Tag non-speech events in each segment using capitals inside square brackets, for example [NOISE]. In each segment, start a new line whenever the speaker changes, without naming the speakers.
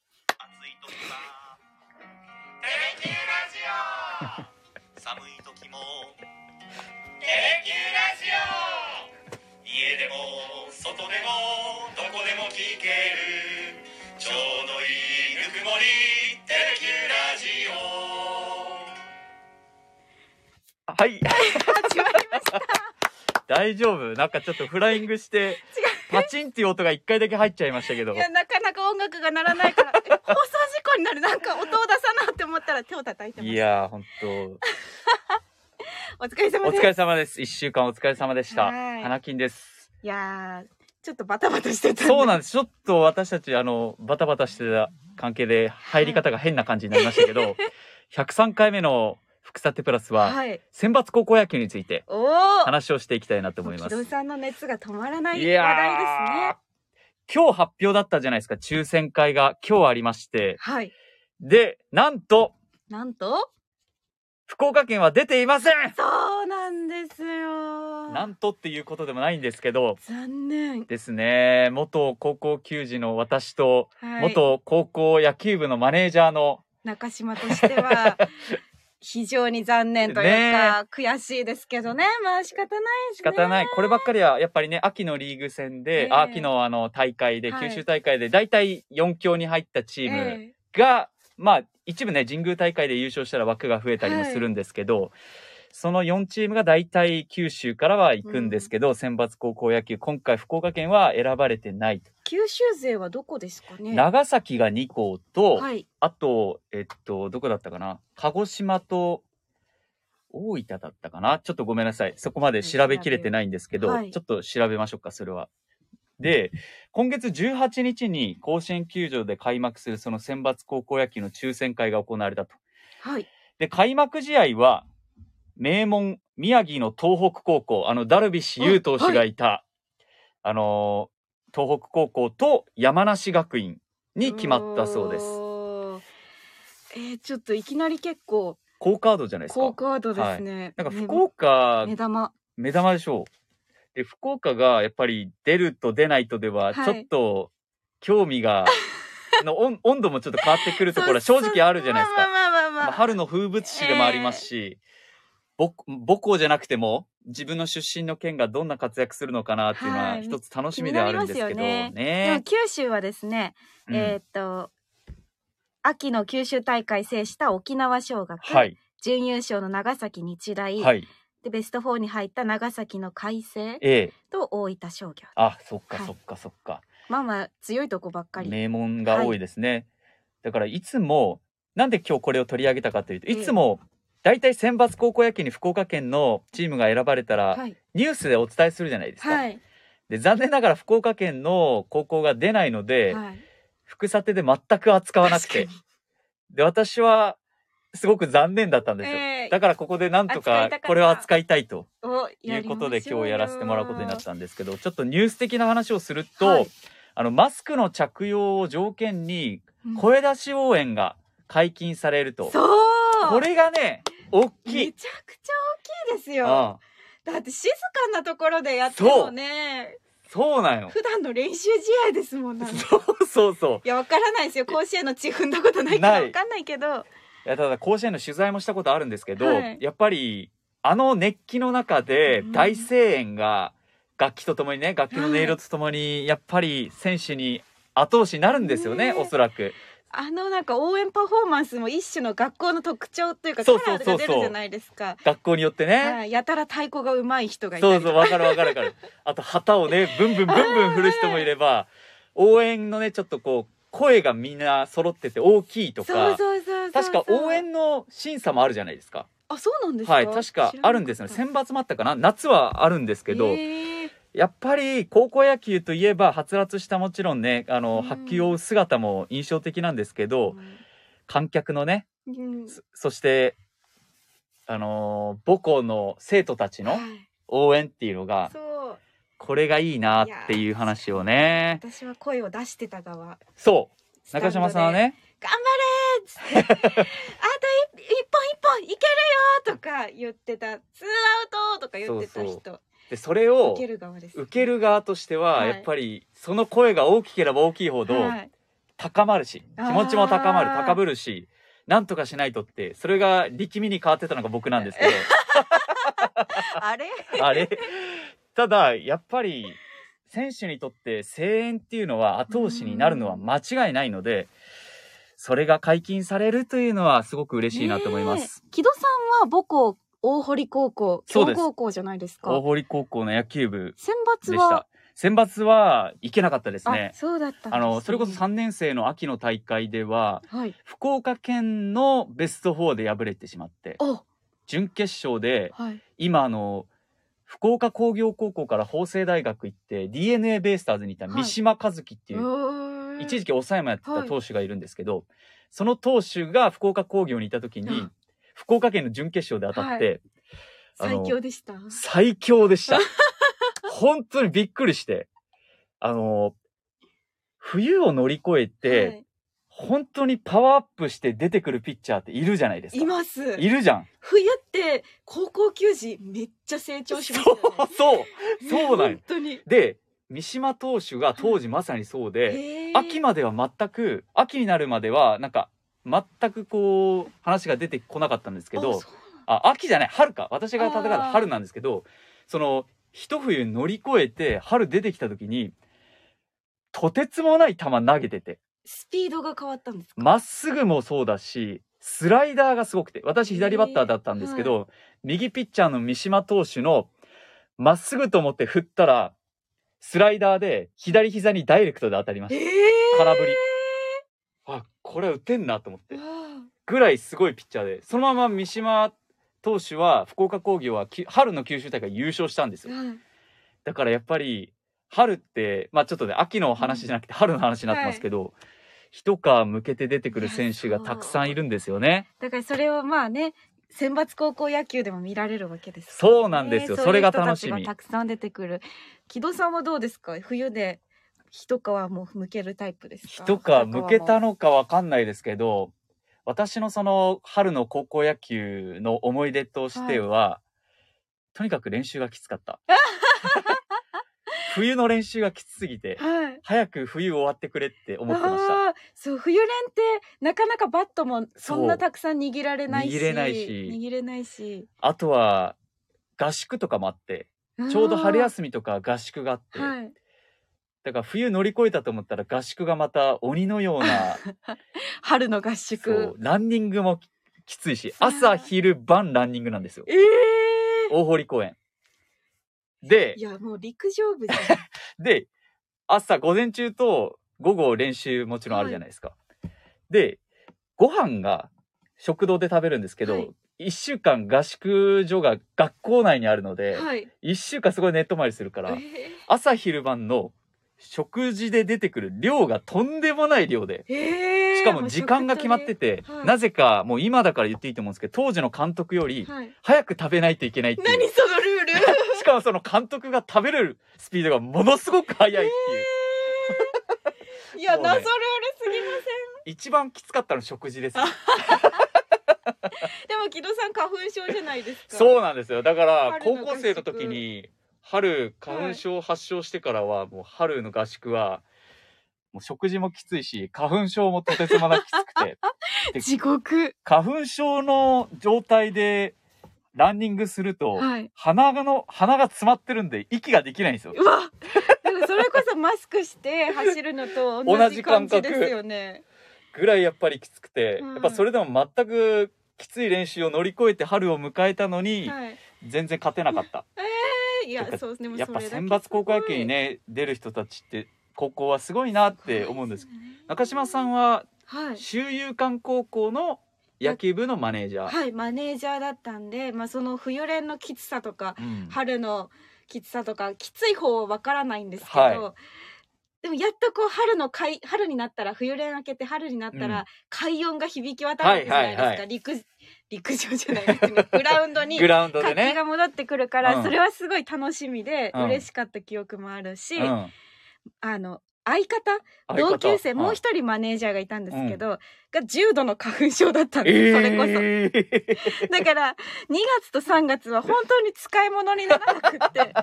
い時は「テレキューラジオ」寒い時も「テレキューラジオ」家でも外でもどこでも聞けるちょうどいいぬくもり「テレキューラジオ」
はい、
始まりました。
大丈夫。なんかちょっとフライングして、パチンっていう音が一回だけ入っちゃいましたけど
い。や、なかなか音楽が鳴らないから、え
[LAUGHS]
放送事故になる、なんか音を出さなって思ったら手を叩いてま
い
す。
やー、本当
お疲れ様
お
です。
疲れ様です。一週間お疲れ様でした。
はい
花金です。
いやー、ちょっとバタバタしてた。
そうなん
ん
です。ちょっと私たち、あの、バタバタしてた関係で、入り方が変な感じになりましたけど、103回目の福さてプラスは、
はい。
選抜高校野球について
おお。
話をしていきたいなと思いま
木戸
す。
さんの熱が止まらない
い
話
や
題ですね
ー。、今日発表だったじゃないですか。抽選会が今日ありまして、
はい。
で、なんと、
なんと。
福岡県は出ていません
そうなんですよ。
なんとっていうことでもないんですけど
残念。
ですね元高校球児の私と
はい。
元高校野球部のマネージャーの、
中島として
[LAUGHS]
は非常に残念というか、悔しいですけどねまあ仕方ないです
仕
ね
方ないこればっかりはやっぱりね秋のリーグ戦で、
ええ
あ秋のあの大会で
はい
九州大会で大体4強に入ったチーム
ええ
が、まあ一部ね神宮大会で優勝したら枠が増えたりもするんですけど、その4チームが大体九州からは行くんですけど、選抜高校野球今回福岡県は選ばれてないと、
九州勢はどこですかね
長崎が2校と、
はい
あと、えっと、どこだったかな鹿児島と大分だったかなちょっとごめんなさい。そこまで調べきれてないんですけど、
はい
ちょっと調べましょうか、それは。で、今月18日に甲子園球場で開幕するその選抜高校野球の抽選会が行われたと。
はい
で、開幕試合は、名門、宮城の東北高校、あの、ダルビッシュ有投手がいた、あのー、東北高校と山梨学院に決まったそうです。
おーえー、ちょっといきなり結構
高カードじゃないですか。
高カードですね、
なんか
ね
福岡、
目玉
目玉でしょう。で、福岡がやっぱり出ると出ないとでは、
はい
ちょっと興味
[LAUGHS]
が、の温温度もちょっと変わってくるところは正直あるじゃないです
まあ
か。
まあまあまあ、
まあ、春の風物詩でもありますし、母母校じゃなくても自分の出身の県がどんな活躍するのかなっていうの
は
はい一つ楽しみではあるんですけ
気
ど
になり
ね
ま。でも九州はですね、
うん
えーっと秋の九州大会制した沖縄尚学、
はい。
準優勝の長崎日大、
はい。
でベスト4に入った長崎の海星
ええ。
と大分商業
あ、そっか
はい
そっかそっか。
まあまあ強いとこばっかり、
名門が多いですね、だからいつもなんで今日これを取り上げたかというといつも大体選抜高校野球に福岡県のチームが選ばれたら
はい
ニュースでお伝えするじゃないですか、
はい
で残念ながら福岡県の高校が出ないので、
はい
福さてで全く扱わなくて
確か
で私はすごく残念だったんですよ、
えー
だからここでなんと
扱
か
いたかった
これを扱いたいと
にお
い
や
う
り
こ
ましょ
とで今日やらせてもらうことになったたんですけどちょっとニュース的な話をすると、
はい
あのマスクの着用を条件に声出し応援が解禁されると。
そう
これがね、大き
め
い。
ちゃくちゃ大きいですよ
ああ
だって静かなところでやってもね
そうなんよ。
普段の練習試合ですもんなんかい
そうそうそ
やわからないですよ甲子園の地踏んだことないか
な
ら
い
わかんないけど
う。いや、ただ甲子園の取材もしたことあるんですけど、
はい
やっぱり、あの熱気の中で
うん
大声援が、楽器とともにね、楽器の音色とともに、やっぱり選手に後押しになるんですよね、
ねえ
おそらく。
あのなんか応援パフォーマンスも一種の学校の特徴というかカ
そ
ラ
うそうそう
ー
そう
が出るじゃないですか
学校によってね。
はいやたら太鼓が上手い人がいた
そ
り
う
と
そ
か
う、わかるわかるわかる。あと旗をね、ブンブンブンブン振る人もいれば、応援のね、ちょっとこう、声がみんな揃ってて大きいとか。
そうそうそうそう
確か応援の審査もあるじゃないですか。
あそうなんですか
はい、確かあるんですよね。選抜もあったかな夏はあるんですけど、
えー
やっぱり高校野球といえば、はつらつしたもちろんね、あ
う
の、
ん
発球を追う姿も印象的なんですけど、観客のね、
うん
そそして、あのー母校の生徒たちの
はい
応援っていうのが、
そう
これがいいなっていう話をね。
私は声を出してた側
そう、
スタンド
中
で
島さんはね、
頑張れーっつって [LAUGHS] あとい一本一本いけるよーとか言ってたツーアウトーとか言ってた人
そうで、それを
受け、る側です
受ける側としては、
はい
やっぱり、その声が大きければ大きいほど、
はい
高まるし気持ちも高まる
あー
高ぶるしなんとかしないとってそれが力みに変わってたのが僕なんですけ
あれ
どあれ [LAUGHS] ただやっぱり選手にとって声援っていうのは後押しになるのは間違いないのでそれが解禁されるというのはすごく嬉しいなと思います。
ねえ木戸さんは母校大堀高校
そう
強
です
豪校じゃないです
大
か
堀高校の野球部
選抜
でし
は
た。選抜は行けなかったです
あ、
ね。
そうだったんですね
あのそれこそ3年生の秋の大会では
はい
福岡県のベスト4で敗れてしまって
お
準決勝で
はい
今あの福岡工業高校から法政大学行って d n a ベイスターズにいた三島和樹っていう、
う
一
時
時期抑えもやってた投手がいるんですけど、その投手が福岡工業にいた時に
うん
福岡県の準決勝で当たって、あの
最強でした
最強で
[LAUGHS]
した。本当にびっくりして。あの、冬を乗り越えて、
はい
本当にパワーアップして出てくるピッチャーっているじゃないですか。
います
いるじゃん。
冬って高校球児めっちゃ成長しますよ
そうそう。
ね
そうなんよ
本当に
で、三島投手が当時まさにそうで、
へー
秋までは全く、秋になるまではなんか全くこう話が出てこなかったんですけ
あ
ど、
そうなんだ
あ秋じゃない春か私が戦った
あー
春なんですけどその一冬乗り越えて春出てきた時にとてつもない球投げてて
スピードが変わったんですか
まっすぐもそうだしスライダーがすごくて私左バッターだったんですけど、
え
右ピッチャーの三島投手のまっすぐと思って振ったらスライダーで左膝にダイレクトで当たりまし
えー
た空振りあこれは打てんなと思って
わあ
ぐらいすごいピッチャーでそのまま三島投手は福岡工業はき春の九州大会優勝したんですよ
はい
だからやっぱり春ってまあちょっとね秋の話じゃなくて春の話になってますけど、一皮向けて出てくる選手がたくさんいるんですよね
だからそれをまあね選抜高校野球でも見られるわけですよね、
そうなんですよそれが楽しみ
そういう人たちがたくさん出てくる木戸さんはどうですか冬で一皮もう向けるタイプですか
一皮向けた
の
のかわかんないですけど私のその春の高校野球の思い出としては、とにかく練習がきつかった冬の練習がきつすぎて
はい
早く冬終わってくれって思ってました
ああそう冬練ってなかなかバットもそんなたくさん握られないし
握れないし
握れないし
あとは合宿とかもあってちょうど春
み
休みとか合宿があって、
はい
だから冬乗り越えたと思ったら合宿がまた鬼のような
春の合
そう
宿
ランニングもききついし
あー
朝昼晩ランニングなんですよ
ええ
大堀公園で
いやもう陸上部じ
[LAUGHS]
ゃん
で朝午前中と午後練習もちろんあるじゃないですか、でご飯が食堂で食べるんですけど、
は
一
い
1週間合宿所が学校内にあるので、
はい
一1週間すごいネット回りするから、
え
朝昼晩の食事で出てくる量がとんでもない量で、
えええ
[LAUGHS] しかも時間が決まってて、
はい
なぜかもう今だから言っていいと思うんですけど、当時の監督より
はい
早く食べないといけないってい
何
う。
そのルール
しかもその監督が食べれるスピードがものすごく速いっていう。 [LAUGHS]
いや、
もうね
謎ルールすぎま
一番きつかったの食事です。
せん。でも木戸さん花粉症じゃないですか。う。
そうなんですよ。だから
春
高
の
校
合宿
生の時に春花粉症発症してからはもう春の合宿はもう食事もきついし花粉症もとてつもなくきつくて。
地獄。
花粉症の状態でランニングすると、
はい。
鼻がの鼻が詰まってるんで息ができないんですよ。
うわ。でもそれこそマスク
[LAUGHS]
して走るのと同じ感じですよね。
ぐらいやっぱりきつくて、
うん
やっぱそれでも全くきつい練習を乗り越えて春を迎えたのに、
はい。
全然勝てなかった。
えいや、そうですね。もう
やっ
それ
ぱ
だけ
選抜高校野球にね出る人たちって高校はすごいなっ
すごい
て思うんです。
ね
中島さんは
はい。
周遊館高校の野球部のマネージャー。
はい、マネージャーだったんで、まあ、その冬連のきつさとか。
うん
春のきつさとかきつい方はわからないんですけど、
は
でもやっとこう春のかい春になったら冬連明けて春になった
うん
ら快音が響き渡るわけじゃないですか、
はいはいはい
陸陸上じゃな
[LAUGHS]
いですねグラウンドに
グラウンドで
活気
ね。
が戻ってくるか
うん
らそれはすごい楽しみで
うん
嬉しかった記憶もあるし、
うん
あの相方
相方
同級生もう
はい
一人マネージャーがいたんですけど、が重度の花粉症だったんです、それこそ
えー
[LAUGHS] だから2月と3月は本当に使い物にならな
[LAUGHS]
くってなんか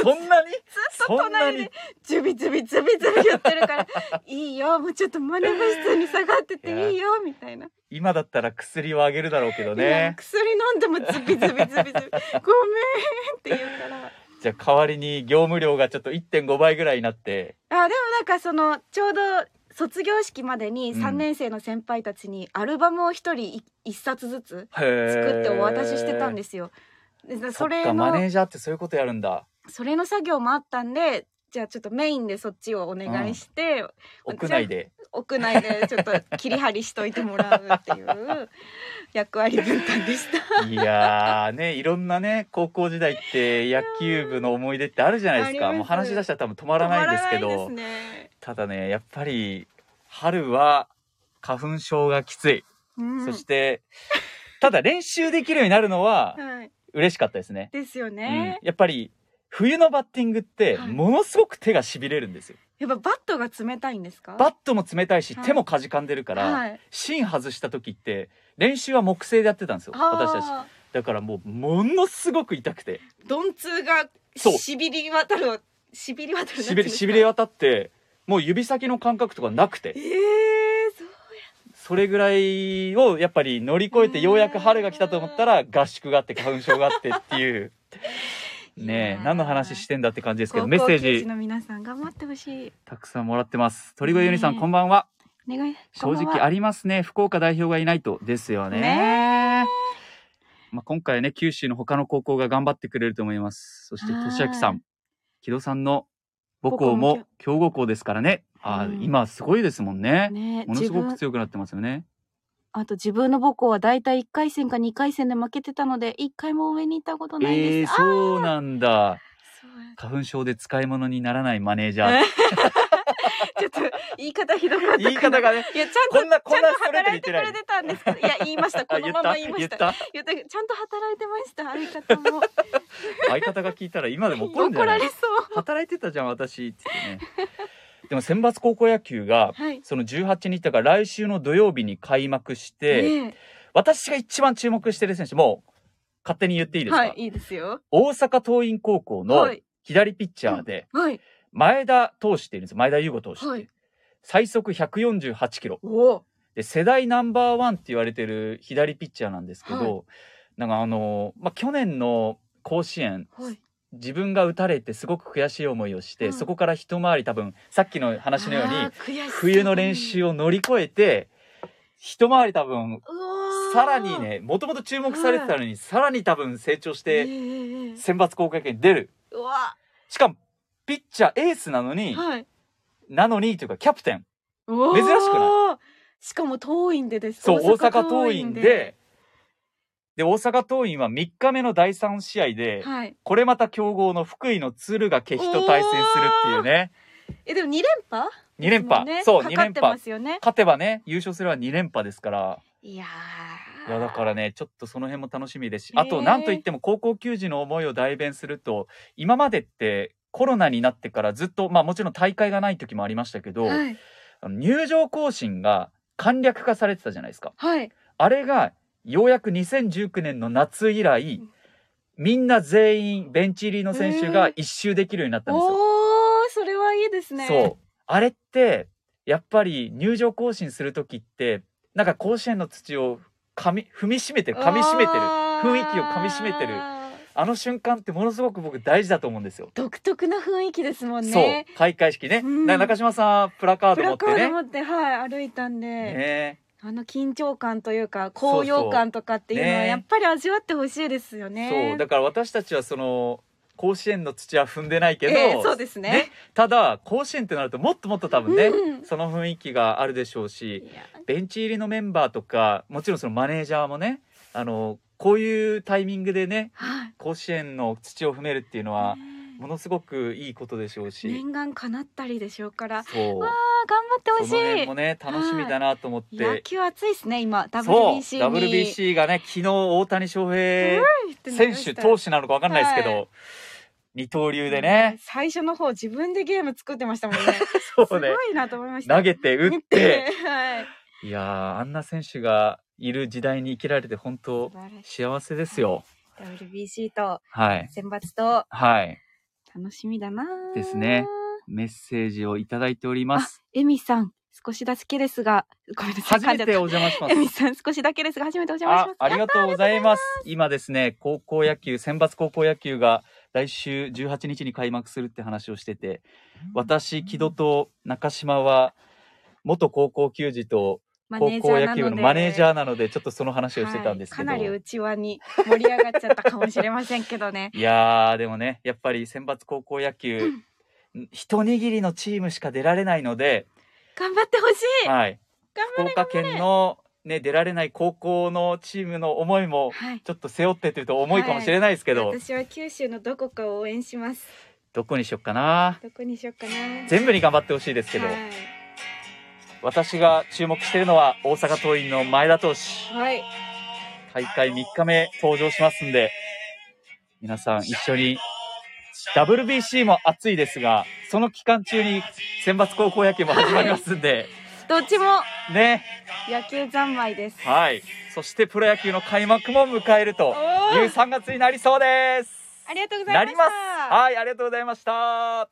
そう
ず
ん
[LAUGHS]
なに
っと
そんな
隣
に
でズビズビズビズビ言ってるから [LAUGHS] 「いいよもうちょっとマネ部室に下がって
いや
ていいよ」みたいな、
今だったら薬をあげるだろうけど
いや
ね
薬飲んでもズ
[LAUGHS]
ビズビズビズビ「ごめん」って言うから。
じゃあ代わりに業務量がちょっと1.5倍ぐらいになって
あでもなんかそのちょうど卒業式までに
うん
3年生の先輩たちにアルバムを一人1冊ずつ
作
作ってお渡ししてたんですすよ。で
そ
そ
れ
れ
かマネ
の
ージャーってそういうことやるんだ
それの作業もあったんでじゃあちょっとメインでそっちをお願いして、
屋内で
屋内でちょっと切り張りしといてもらうっていう役割分担
[LAUGHS]
でした。
いやーねいろんなね高校時代って野球部の思い出ってあるじゃないです
あ
か
ります
もう話し出したら多分止まらないんですけ
止ま
ど
らないですね
ただねやっぱり春は花粉症がきつい、
うん
そしてただ練習できるようになるのは
はい、
嬉しかったですね、
ですよ
うん
ね、、
やっぱり冬のバッティングって
はい
ものすごく手がしびれるんですよ、
やっぱバットが冷たいんですか
バットも冷たいし
はい
手もかじかんでるから、
はい、
芯外した時って練習は木製でやってたんですよ私たち
あー
だからもうものすごく痛くて
鈍痛が
そう
しびり渡るしびり渡る
しびれしびれ
渡
渡ってもう指先の感覚とかなく
え
て
ー、そう
それぐらいをやっぱり乗り越えてようやく春が来たと思ったら合宿があって花粉症があってっていう
[LAUGHS] い
ね
や
え
ー
何の話してんだって感じですけ
高
ど
校
メッセー
球児
ジ
の皆さん頑張ってほしい
たくさんもらってます鳥越ゆりさん、
ねえ
こんばんは
お願い
正
こんばん
直
は
ありますね福岡代表がいないとですよね
ね
まあ、今回はね九州の他の高校が頑張ってくれると思いますそして
はい
俊明さん木戸さんの母
母
校
校
も
も
強豪校ですからねあー、
うん
今すごいですもんね
ね
ものすごく
自分
強くなってますよね
あと自分の母校はだいたい1回戦か2回戦で負けてたので1回も上に行ったことない
えー、
です、あ
そうなんだ
そうや
花粉症で使い物にならないマネージャー
ちょっと言い方ひどかったかな
言い方がね
いやちゃ
こ
ん
んな
とち
こん
ゃんと
なストレートに言
働い
って
て
な
く
い
れてたんですけどいや言いましたこ
あ
の
言っ
ま
た
ま言いま
言っ
した
た
言ったちゃんと働いてました相方も
相方が聞いたら今でも怒るんじ
怒
ゃな
ら
い
れそう
働いてたじゃん私って言ってねでも選抜高校野球が
はい
その18日だから来週の土曜日に開幕して、
ね
私が一番注目してる選手もう勝手に言っていいですか、
はいいいですよ
大阪桐蔭高校の
はい
左ピッチャーで
はい
前田投手っていうんです前田優吾投手って、
はい
最速148キロ
おお
で世代ナンバーワンって言われてる左ピッチャーなんですけど、なんかあのーまあ、去年の甲子園
はい
自分が打たれてすごく悔しい思いをして、
うん
そこから一回り多分さっきの話のように
に
冬の練習を乗り越えて一回り多分さらにねもともと注目されてたのに、さらに多分成長し
で
て選抜高校野球に出る
うわ
しかもピッチャーエースなのに、
はい
なのにというかキャプテン
珍
珍しく
ないしかも遠いんでです
そう大阪桐蔭でで大阪桐蔭は3日目の第3試合で、
はい
これまた強豪の福井の敦賀気比と対戦するっていうね
えでも二連覇
2連覇、
もね
そう
か
2
かっ
連
てま
覇
すよね
勝てばね優勝すれば2連覇ですから
いやー
いやだからねちょっとその辺も楽しみですし
へー
あとなんといっても高校球児の思いを代弁すると今までってコロナになってからずっとまあもちろん大会がない時もありましたけど、
はい
あの入場行進が簡略化されてたじゃないですか。
はい
あれがようやく2019年の夏以来
うん
みんな全員ベンチ入りの選手が
へー
一周できるようになったんですよ。
おーそれはいいですね
そうあれってやっぱり入場行進する時ってなんか甲子園の土を噛み踏みしめてる噛みしめてる
あー
雰囲気を噛みしめてるあの瞬間ってものすごく僕大事だと思うんですよ。
独特な雰囲気ですもん
そう
ね
開会式ね、
うん
な中島さんプラカー
プ
ド持っ
ラ
て
カード
ね。
持ってはい歩いたんで
ね
あの緊張感というか
そうそう
高揚感とかっていうのは
ね
やっぱり味わってほしいですよね。
そうだから私たちはその甲子園の土は踏んでないけど、
ええそうですね。
ただ甲子園ってなるともっともっと多分ね、
うん
その雰囲気があるでしょうし
いや
ベンチ入りのメンバーとかもちろんそのマネージャーもねあのこういうタイミングでね
はい
甲子園の土を踏めるっていうのはものすごくいいことでしょうし、
念願かなったりでしょうから、
そう
わあ頑張ってほ
その辺も
し
ね楽しみだなと思っ
い。
て、
野球熱いですね今 WBC
そ
に
う WBC がね昨日大谷翔平
うん
選手投手なのかわかんないですけど、二刀流でね。
最初の方自分でゲーム作ってましたもんね。す
[LAUGHS] そう
ご
ね。
いなと思いました。
投げて打っ。
打って [LAUGHS] て。はい。
いやー、あんな選手がいる時代に生きられて本当
素晴らしい
幸せですよ。
WBC と
はい。
選抜と
はい。
楽しみだなー
ですねメッセージをいただいております。
エミさん、少しだけですが、ごめんなさい。
初めて
噛ん
お邪魔し
じゃ
ま
[LAUGHS] っ
す
たエ。ミさん、少しだけですが、初めてお邪魔し
あ
ます。
ありがとうございます。今ですね、高校野球、選抜高校野球が来週18日に開幕するって話をしてて、私、木戸と中島は、元高校球児と
マネ
高
ージャー
校野球部のマネージャーな
なの
ので、ちょっとその話
で
をしてたんですけど。、。
はいいかなり内輪に盛り上がっちゃったかもしれませんけどね
やー、でもね、やっぱり選抜高校野
[LAUGHS]
球、一握りのチームしか出られないので、
頑張ってほしい。
はい、
頑
福岡県の、ね、出られない高校のチームの思いも、
はい。
ちょっと背負ってというと重いかもしれないですけど、
私は九州のどこかを応援します。
どこにしよっかな。
どこにしようかな。
全部に頑張ってほしいですけど、
はい
私が注目しているのは大阪桐蔭の前田投手
はい。
大会3日目登場しますんで皆さん一緒に WBC も熱いですがその期間中に選抜高校野球も始まりますんで、 [LAUGHS]
どっちも
ね
野球三昧です。
はいそしてプロ野球の開幕も迎えると
お
いう
ー
3月になりそうです
ありがとうござ
ない
ま
り
し
ます
た。
はいありがとうございました